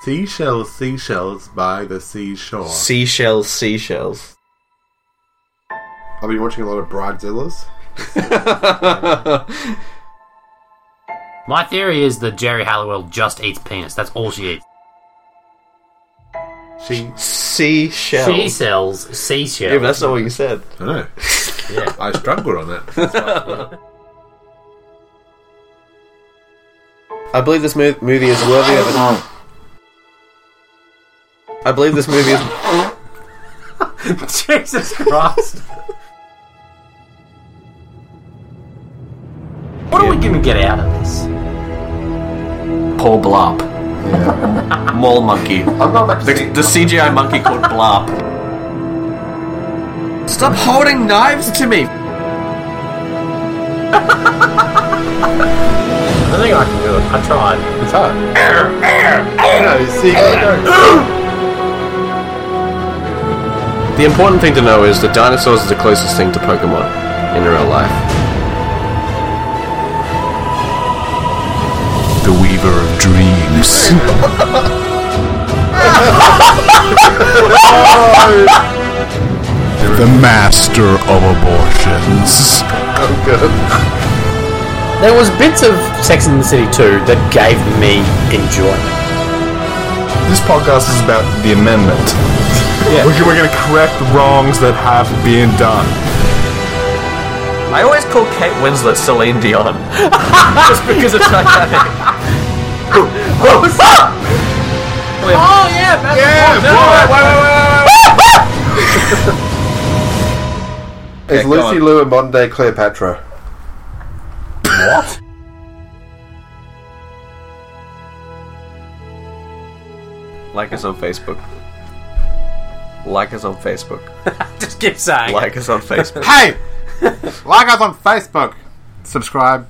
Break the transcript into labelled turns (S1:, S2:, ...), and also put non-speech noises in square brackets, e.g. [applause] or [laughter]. S1: Seashells, seashells by the seashore.
S2: Seashells, seashells.
S3: I've been watching a lot of Bridezillas. [laughs]
S4: My theory is that Jerry Halliwell just eats penis. That's all she eats.
S1: she,
S2: seashells.
S4: She sells
S2: Yeah, but
S4: seashells.
S2: that's not what you said.
S1: I know.
S4: Yeah.
S1: I struggled on
S3: [laughs]
S1: that.
S2: I believe this mo- movie is worthy of an. I believe this movie is.
S4: [laughs] Jesus Christ. What are we going to get out of this?
S2: Paul Blop. [laughs] Mole monkey.
S3: I'm not
S2: The,
S3: actually.
S2: the CGI monkey called Blop. Stop holding knives to me!
S4: I think I can do it. I tried.
S3: It's hard. No, see, no.
S2: The important thing to know is that dinosaurs is the closest thing to Pokemon in real life.
S5: The Weaver of Dreams. the Master of Abortions.
S3: I'm good.
S4: There was bits of Sex in the City 2 that gave me enjoyment.
S5: This podcast is about the amendment. We're, we're going to correct wrongs that have been done.
S2: I always call Kate Winslet Celine Dion. [laughs] just because of Titanic.
S3: It's Lucy Liu and modern day Cleopatra.
S2: Like us on Facebook. Like us on Facebook.
S4: Just keep
S1: [laughs]
S4: saying.
S2: Like us on Facebook.
S3: Hey! like us on Facebook. Subscribe.